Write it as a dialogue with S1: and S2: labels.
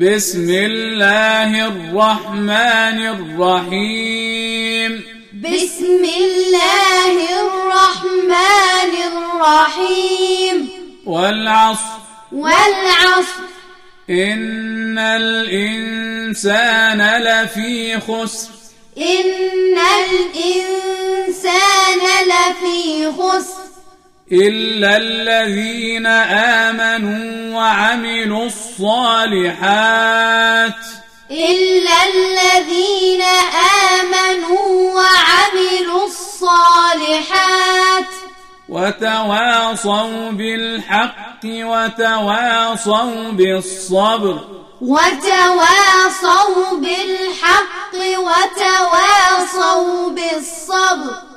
S1: بسم الله الرحمن الرحيم
S2: بسم الله الرحمن الرحيم
S1: والعصر
S2: والعصر
S1: إن الإنسان لفي خسر
S2: إن الإنسان لفي خسر
S1: إلا الذين آمنوا وعملوا الصالحات
S2: إلا الذين آمنوا وعملوا الصالحات
S1: وتواصوا بالحق وتواصوا بالصبر
S2: وتواصوا بالحق وتواصوا بالصبر